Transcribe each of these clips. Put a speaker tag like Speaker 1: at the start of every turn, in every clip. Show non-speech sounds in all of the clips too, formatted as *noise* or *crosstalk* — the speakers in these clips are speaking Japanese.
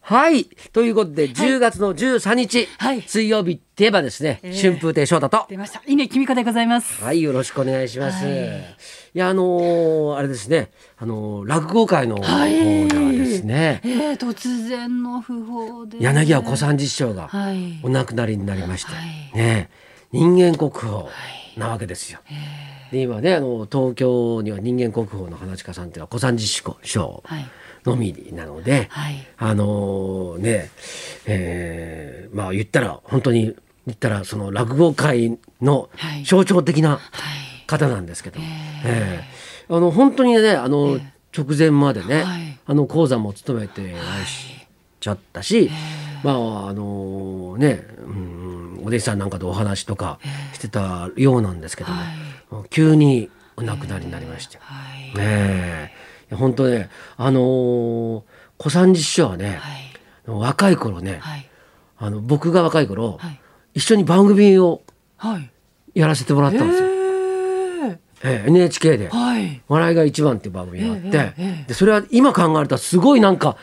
Speaker 1: はいということで10月の13日、
Speaker 2: はい
Speaker 1: 水曜日って言えばですね、
Speaker 2: ええ
Speaker 1: 春風亭昇太と
Speaker 2: 出ました。稲木美香でございます。
Speaker 1: はいよろしくお願いします、
Speaker 2: はい
Speaker 1: い、やあのーあれですねあのー落語界の方で
Speaker 2: はい
Speaker 1: はですね、
Speaker 2: ええ突然の訃報で。
Speaker 1: 柳家小三治師匠が
Speaker 2: はい
Speaker 1: お亡くなりになりまして、
Speaker 2: はい
Speaker 1: ねえ人間国宝なわけですよ。で今ねあの東京には人間国宝の話家さんっていうのは小三治師匠
Speaker 2: はい。
Speaker 1: のみなので、
Speaker 2: はい。
Speaker 1: あのねえーまあ言ったら本当に言ったらその落語界の
Speaker 2: はい
Speaker 1: 象徴的な
Speaker 2: はい。
Speaker 1: 方なんですけど、ええあの本当にねあの、直前までね、
Speaker 2: はい
Speaker 1: あの講座も務めてらっしちゃったし、まああのね、うん、お弟子さんなんかとお話とかしてたようなんですけども、急にお亡くなりになりまして、
Speaker 2: はい。
Speaker 1: ねえいや本当ねあのー小三治師匠はね、
Speaker 2: はい。
Speaker 1: 若い頃ね、
Speaker 2: はい。
Speaker 1: あの僕が若い頃、
Speaker 2: はい
Speaker 1: 一緒に番組を
Speaker 2: はい。
Speaker 1: やらせてもらったんですよ、
Speaker 2: え
Speaker 1: ええ NHK で。
Speaker 2: えはい。
Speaker 1: 笑いが一番っていう番組があって、
Speaker 2: ええええ
Speaker 1: でそれは今考えるとすごいなんか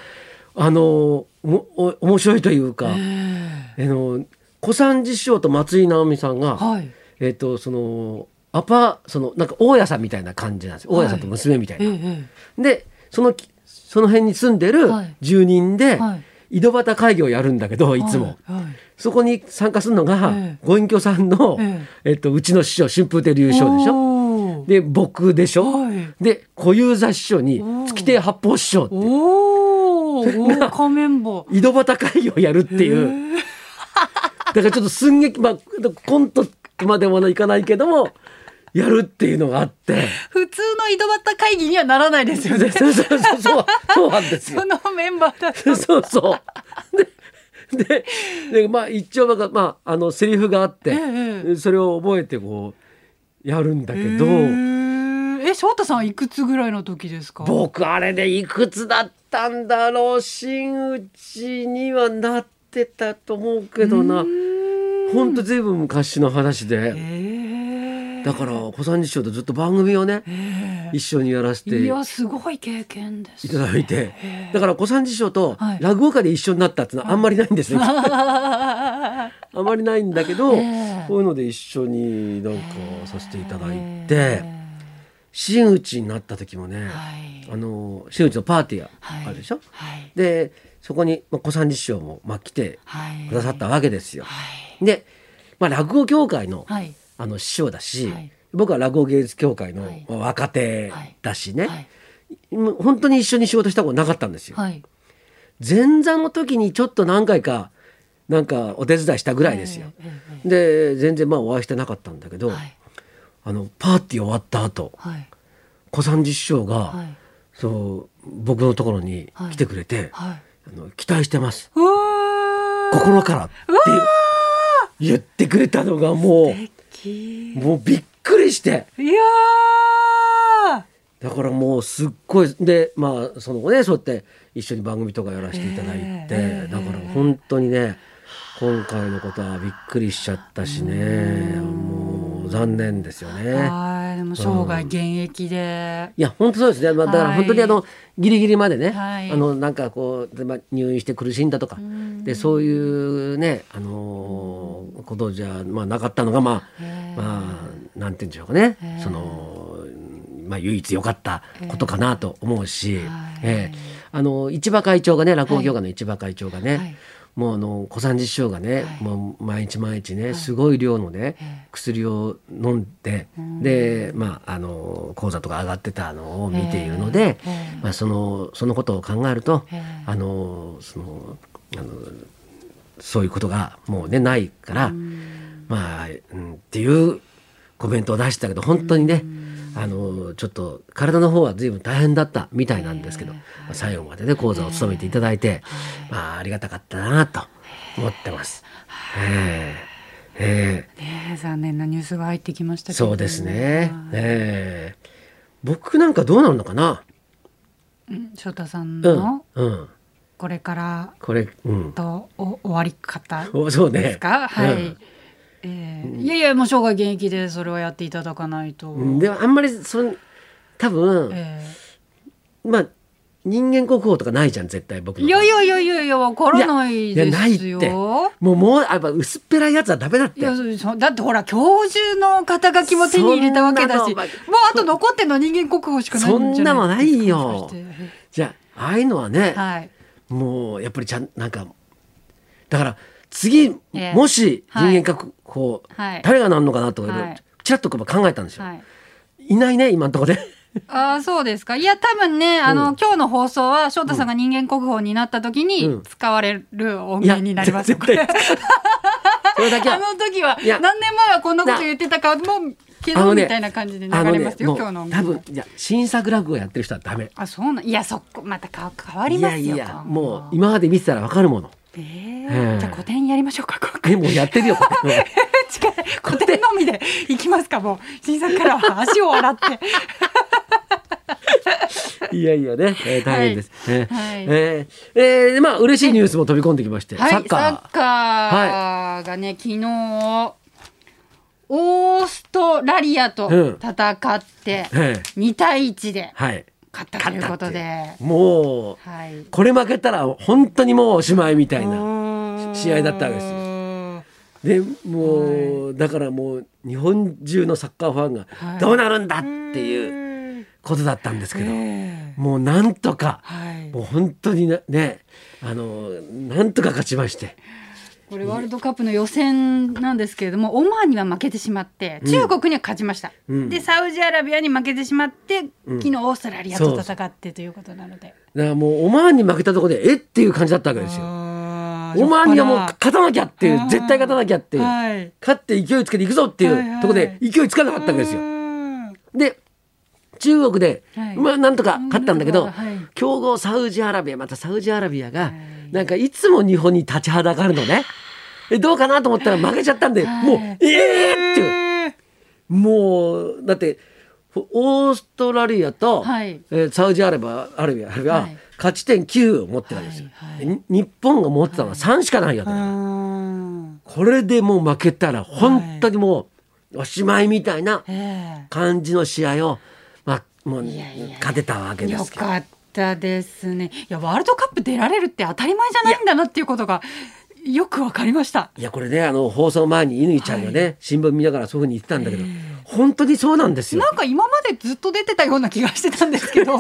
Speaker 1: あのもお面白いというか、
Speaker 2: え
Speaker 1: あの小三治師匠と松井直美さんが、
Speaker 2: えはい。
Speaker 1: えっとそのアパそのなんか大家さんみたいな感じなんですよ、大家さんと娘みたい
Speaker 2: え
Speaker 1: な。
Speaker 2: ええ
Speaker 1: でそのきその辺に住んでる
Speaker 2: はい
Speaker 1: 住人で、
Speaker 2: はい
Speaker 1: 井戸端会議をやるんだけど
Speaker 2: え
Speaker 1: いつも。
Speaker 2: はい。はい
Speaker 1: そこに参加するのが、
Speaker 2: ええ
Speaker 1: ご隠居さんの、え
Speaker 2: え
Speaker 1: っとうちの師匠春風亭流昇でしょ
Speaker 2: ょ。
Speaker 1: で僕でしょ、
Speaker 2: はい。
Speaker 1: で小遊三師匠に
Speaker 2: おー
Speaker 1: 月亭八方師匠っていう
Speaker 2: お
Speaker 1: *laughs*
Speaker 2: お。豪華メンバー。
Speaker 1: 井戸端会議をやるっていう
Speaker 2: う。
Speaker 1: *laughs* だからちょっと寸劇まあコントまでもいかないけどもやるっていうのがあって
Speaker 2: 普通の井戸端会議にはならない *laughs* です
Speaker 1: そ
Speaker 2: よ
Speaker 1: う
Speaker 2: ね。
Speaker 1: そうそうそうそうなんですよ
Speaker 2: そ。のメンバーだ
Speaker 1: *laughs*
Speaker 2: と。
Speaker 1: そうそうでででまあ一応なんかまああのセリフがあって、
Speaker 2: え
Speaker 1: それを覚えてこうやるんだけど、
Speaker 2: へーえ翔太さんはいくつぐらいの時ですか
Speaker 1: 僕あれでいくつだったんだろう真打ちにはなってたと思うけどなほんとずいぶん昔の話
Speaker 2: え
Speaker 1: で
Speaker 2: ー、
Speaker 1: だから小三治師匠とずっと番組をね
Speaker 2: え
Speaker 1: 一緒にやらせて
Speaker 2: ー、い
Speaker 1: い
Speaker 2: やすごい経験です、
Speaker 1: ただいて
Speaker 2: え
Speaker 1: だから小三治師匠と
Speaker 2: はい
Speaker 1: 落語家で一緒になったってのはあんまりないんですね
Speaker 2: ら
Speaker 1: あんまりないんだけど
Speaker 2: ええ
Speaker 1: こういうので一緒になんかさせていただいて
Speaker 2: え
Speaker 1: 真打ちになった時もね
Speaker 2: ーはい
Speaker 1: あの真打ちのパーティーがあるでしょ
Speaker 2: はい
Speaker 1: でそこにまあ小三治師匠もまあ来て
Speaker 2: はい
Speaker 1: くださったわけですよ。
Speaker 2: はい
Speaker 1: で、まあ、落語協会の,、
Speaker 2: はい
Speaker 1: あの師匠だし、
Speaker 2: はい
Speaker 1: 僕は落語芸術協会の
Speaker 2: はい
Speaker 1: まあ若手だしね、
Speaker 2: はい
Speaker 1: もう本当に一緒に仕事したことなかったんですよ。
Speaker 2: はい
Speaker 1: 前座の時にちょっと何回かなんかお手伝いしたぐらいですよ。
Speaker 2: えーえーえ
Speaker 1: で全然まあお会いしてなかったんだけど、
Speaker 2: ーはい
Speaker 1: あのパーティー終わった後
Speaker 2: はい
Speaker 1: 小三治師匠が、
Speaker 2: はい
Speaker 1: そう僕のところに来てくれて、
Speaker 2: はい
Speaker 1: あの期待してます
Speaker 2: うわー
Speaker 1: 心からって言ってくれたのがもう。
Speaker 2: 素敵
Speaker 1: もうびっくりして
Speaker 2: いやー
Speaker 1: だからもうすっごいでまあその後ねそうやって一緒に番組とかやらせていただいて、
Speaker 2: ええ
Speaker 1: だから本当にね今回のことはびっくりしちゃったしねもう残念ですよね。
Speaker 2: はい、でも生涯現役で。
Speaker 1: いや本当そうですね、まあ、だから
Speaker 2: はい
Speaker 1: 本当にあの、ギリギリまでね、
Speaker 2: はい
Speaker 1: あのなんかこう、まあ、入院して苦しんだとかでそういうね、あのーことじゃ、まあ、なかったのがま
Speaker 2: へ
Speaker 1: あ
Speaker 2: ー
Speaker 1: まあなんて言うんでしょうかね
Speaker 2: へー
Speaker 1: その、うんまあ、唯一良かったことかなと思うし、
Speaker 2: はい
Speaker 1: ええあの市場会長がね落語業界の市場会長がね、
Speaker 2: はい
Speaker 1: もうあの小三治師匠がね、
Speaker 2: はい
Speaker 1: もう毎日毎日ねすごい量のね、
Speaker 2: え
Speaker 1: 薬を飲んで、でまああの講座とか上がってたのを見ているので、
Speaker 2: ええ
Speaker 1: まあ、そのそのことを考えると、
Speaker 2: ええ
Speaker 1: あのそのあのそういうことがもうねないから、まあ、うん、っていうコメントを出してたけど本当にね、あのちょっと体の方は随分大変だったみたいなんですけど、
Speaker 2: ええ
Speaker 1: まあ最後までね講座を務めていただいて、まあ、ありがたかったなと思ってます。ええええ
Speaker 2: ねえ、残念なニュースが入ってきましたけど、
Speaker 1: そうですね。ええ僕なんかどうなるのかな。
Speaker 2: うん翔太さん
Speaker 1: うん
Speaker 2: の、
Speaker 1: うん、
Speaker 2: これから
Speaker 1: これ、うん、
Speaker 2: とお終わり方
Speaker 1: おそうね。
Speaker 2: ですか、はい。
Speaker 1: うん
Speaker 2: ええいやいやもう生涯現役でそれはやっていただかないと、
Speaker 1: うんでもあんまりそん多分、
Speaker 2: え
Speaker 1: まあ人間国宝とかないじゃん絶対僕の
Speaker 2: いやいやいやいやいやわからないですよ。
Speaker 1: いやないってもうもうやっぱ薄っぺらいやつはダメだっ
Speaker 2: い
Speaker 1: て
Speaker 2: やそうそうだってほら教授の肩書きも手に入れたわけだ
Speaker 1: そ
Speaker 2: し
Speaker 1: んな
Speaker 2: もう
Speaker 1: の
Speaker 2: あと残ってんの人間国宝しかないんじゃない
Speaker 1: そんなのないよ
Speaker 2: もしかし
Speaker 1: じゃあああいうのはね、
Speaker 2: てはい
Speaker 1: もうやっぱりちゃんなんかだから次、
Speaker 2: ええ
Speaker 1: もし人
Speaker 2: はい
Speaker 1: 間確保、
Speaker 2: はい
Speaker 1: 誰がなんのかなとか、
Speaker 2: はい
Speaker 1: ちらっとこう考えたんですよ、
Speaker 2: はい
Speaker 1: い、ないね今のところ
Speaker 2: *laughs*
Speaker 1: ね
Speaker 2: ああそうですかいや多分ねあの、
Speaker 1: うん
Speaker 2: 今日の放送は翔太さんが人間国宝になった時
Speaker 1: う
Speaker 2: に
Speaker 1: ん
Speaker 2: 使われる音源になりますよ、
Speaker 1: い
Speaker 2: *laughs*
Speaker 1: や絶対それだけは
Speaker 2: あの時はい
Speaker 1: や
Speaker 2: 何年前はこんなこと言ってたかもけ
Speaker 1: あ
Speaker 2: ど、
Speaker 1: のね
Speaker 2: みたいな感じで流
Speaker 1: あの
Speaker 2: れ
Speaker 1: ね
Speaker 2: ますよ、
Speaker 1: もう
Speaker 2: 今日の音
Speaker 1: 多
Speaker 2: 楽
Speaker 1: 分いや新作落語やってる人はダメ
Speaker 2: あそうなんいやそこまたか変わり
Speaker 1: い
Speaker 2: ま
Speaker 1: や
Speaker 2: すよ
Speaker 1: いや
Speaker 2: 今後
Speaker 1: もう今まで見てたらわかるもの
Speaker 2: えー
Speaker 1: ええ
Speaker 2: じゃあ古典やりましょうか今回
Speaker 1: えもうやってるよこれ
Speaker 2: 近い古典のみでいきますかもう新作からは足を洗って
Speaker 1: *laughs* いやいやね、えー大変です、えー
Speaker 2: はい
Speaker 1: えーえーでまあ嬉しいニュースも飛び込んできまして、
Speaker 2: *laughs* はい
Speaker 1: サッカー
Speaker 2: サッカーがね昨日オーストラリアと
Speaker 1: うん
Speaker 2: 戦って
Speaker 1: ええ
Speaker 2: 2対1で
Speaker 1: はい
Speaker 2: 勝ったということで、
Speaker 1: もう
Speaker 2: はい、み
Speaker 1: これ負けたら本当にもうおしまいみたいな試合だったわけですよ
Speaker 2: よ。
Speaker 1: でもう、だからもう日本中のサッカーファンが
Speaker 2: はい
Speaker 1: どうなるんだっていう
Speaker 2: いう
Speaker 1: ことだったんですけど、
Speaker 2: ええ
Speaker 1: もうなんとか
Speaker 2: はい、
Speaker 1: もう本当にねねあのなんとか勝ちまして
Speaker 2: これワールドカップの予選なんですけれどもオマーンには負けてしまって
Speaker 1: ん
Speaker 2: 中国には勝ちました、
Speaker 1: うん
Speaker 2: でサウジアラビアに負けてしまって、
Speaker 1: うん
Speaker 2: 昨日オーストラリア
Speaker 1: そ
Speaker 2: と
Speaker 1: うそう
Speaker 2: 戦ってということなので。
Speaker 1: だからもうオマーンに負けたところでえっていう感じだったわけですよ。
Speaker 2: あ
Speaker 1: オマーンにはもう
Speaker 2: っ
Speaker 1: 勝たなきゃっていう
Speaker 2: あー
Speaker 1: 絶対勝たなきゃっていう
Speaker 2: はい、
Speaker 1: 勝って勢いつけていくぞってい
Speaker 2: はいは
Speaker 1: う
Speaker 2: い
Speaker 1: ところで勢いつかなかったわけですよ
Speaker 2: う。ん
Speaker 1: で中国で、
Speaker 2: はい
Speaker 1: まあなんとか勝ったんだけど、
Speaker 2: はい
Speaker 1: 強豪サウジアラビアまたサウジアラビアが、
Speaker 2: い
Speaker 1: なんかいつも日本に立ちはだかるのねえどうかなと思ったら負けちゃったんで、
Speaker 2: はい
Speaker 1: もうええー、っていうもうだってオーストラリアと、
Speaker 2: はい
Speaker 1: えーサウジアラビアアラビアが、
Speaker 2: はい
Speaker 1: 勝ち点9を持ってたんですよ、
Speaker 2: はいは
Speaker 1: に
Speaker 2: い
Speaker 1: 日本が持ってたのは3しかないわけだから、
Speaker 2: うん
Speaker 1: これでもう負けたら本当にもうおしまいみたいな、
Speaker 2: え
Speaker 1: 感じの試合を、まあ、もう
Speaker 2: いやいや
Speaker 1: 勝てたわけ
Speaker 2: え
Speaker 1: で
Speaker 2: よ
Speaker 1: すけど
Speaker 2: かったですねいやワールドカップ出られるって当たり前じゃないんだなっていうことがよくわかりました
Speaker 1: いやこれねあの放送前に乾ちゃんがね、新聞見ながらそういうふうに言ってたんだけど、本当にそうなんですよ
Speaker 2: な。んか今までずっと出てたような気がしてたんで
Speaker 1: *laughs*
Speaker 2: すけど違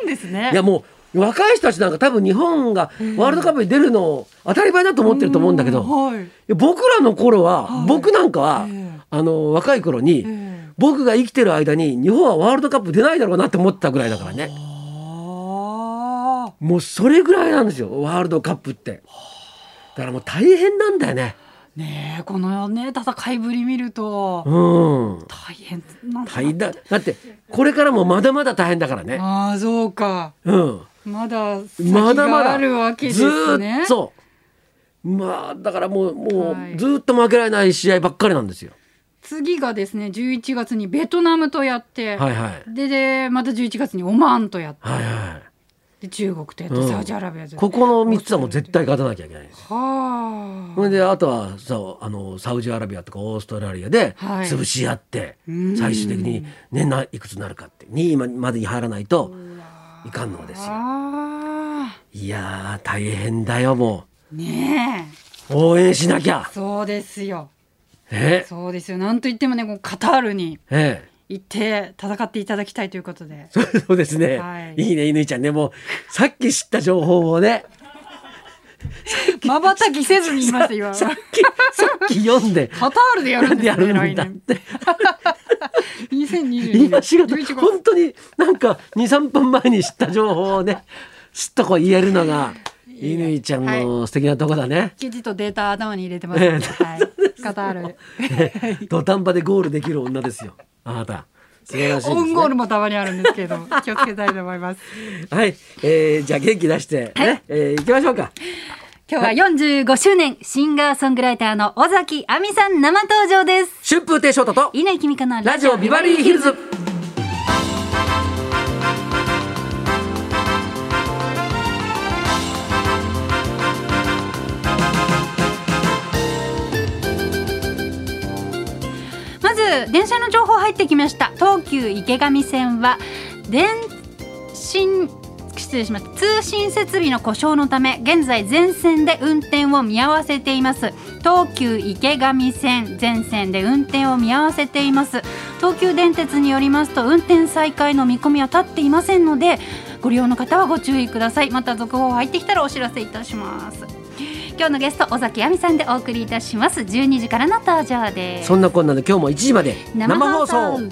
Speaker 2: うんですね
Speaker 1: いやもう若い人たちなんか多分日本がワールドカップに出るのを当たり前だと思ってると思うんだけど、
Speaker 2: う
Speaker 1: い
Speaker 2: はい
Speaker 1: や僕らの頃は、
Speaker 2: はい
Speaker 1: 僕なんかは、
Speaker 2: ええ
Speaker 1: あの若い頃に、
Speaker 2: ええ
Speaker 1: 僕が生きてる間に日本はワールドカップ出ないだろうなって思ってたぐらいだからね
Speaker 2: あ
Speaker 1: もうそれぐらいなんですよワールドカップって。だからもう大変なんだよね。
Speaker 2: ーねえこのね戦いぶり見ると
Speaker 1: うん
Speaker 2: 大変なんだな
Speaker 1: 大変だだってこれからもまだまだ大変だからね
Speaker 2: ああそうか
Speaker 1: うん
Speaker 2: まだ先
Speaker 1: まだま
Speaker 2: が
Speaker 1: だ
Speaker 2: あるわけで
Speaker 1: ず
Speaker 2: す
Speaker 1: ー
Speaker 2: ね
Speaker 1: っとそうまあだからもうも
Speaker 2: は
Speaker 1: う
Speaker 2: い
Speaker 1: ずーっと負けられない試合ばっかりなんですよ
Speaker 2: 次がですね11月にベトナムとやって、
Speaker 1: はいはい
Speaker 2: ででまた11月にオマーンとやって、
Speaker 1: はいは
Speaker 2: で中国とやって、
Speaker 1: うん
Speaker 2: サウジアラビアと
Speaker 1: い
Speaker 2: やって
Speaker 1: ここの3つはもう絶対勝たなきゃいけないんですよ
Speaker 2: は
Speaker 1: それであとはさあのサウジアラビアとかオーストラリアで
Speaker 2: はい
Speaker 1: 潰し合って、
Speaker 2: うん
Speaker 1: 最終的に、ね、ないくつになるかって2位までに入らないと
Speaker 2: あ
Speaker 1: いかんのですよ
Speaker 2: あ
Speaker 1: いやー大変だよも
Speaker 2: ーね
Speaker 1: う応援しなきゃ
Speaker 2: えそうですよ
Speaker 1: え
Speaker 2: そうですよなんといってもねこうカタールに
Speaker 1: ええ
Speaker 2: 行って戦っていただきたいということで *laughs*
Speaker 1: そうそうですね。
Speaker 2: はい
Speaker 1: い、いね、犬ちゃんね。もう、さっき知った情報をね、
Speaker 2: まばたきせずに言いました今
Speaker 1: さっき、さっき読ん
Speaker 2: *laughs*
Speaker 1: で、
Speaker 2: カタールでやるんで
Speaker 1: や
Speaker 2: すね
Speaker 1: るん
Speaker 2: 来
Speaker 1: だっ
Speaker 2: 年
Speaker 1: て。
Speaker 2: 2022
Speaker 1: 今
Speaker 2: 年
Speaker 1: 仕事
Speaker 2: 11、月
Speaker 1: 本当になんか、2、3分前に知った情報をね、すっとこう言えるのが、犬ちゃんの素敵なとこだね。
Speaker 2: 記事とデータ頭に入れてます、ね
Speaker 1: ええ
Speaker 2: はい、カ *laughs* タール
Speaker 1: 土壇場でゴールできる女ですよ。あなた。素晴らしいで
Speaker 2: オ
Speaker 1: す、
Speaker 2: ウン
Speaker 1: ね。
Speaker 2: ゴールもたまにあるんですけれども気をつけたいと思います
Speaker 1: はい。えー、じゃあ元気出して、ね、えー行きましょうか。
Speaker 2: *laughs* 今日は45周年シンガーソングライターの尾崎亜美さん生登場です
Speaker 1: 春風亭昇太と、
Speaker 2: 稲井君香の
Speaker 1: ラジオビバリーヒルズ。
Speaker 2: まず電車の情報入ってきました東急池上線は電信失礼しました通信設備の故障のため現在全線で運転を見合わせています東急池上線全線で運転を見合わせています東急電鉄によりますと運転再開の見込みは立っていませんのでご利用の方はご注意くださいまた続報入ってきたらお知らせいたします今日のゲスト尾崎亜美さんでお送りいたします12時からの登場です
Speaker 1: そんなこんなで今日も1時まで生放送
Speaker 3: 放送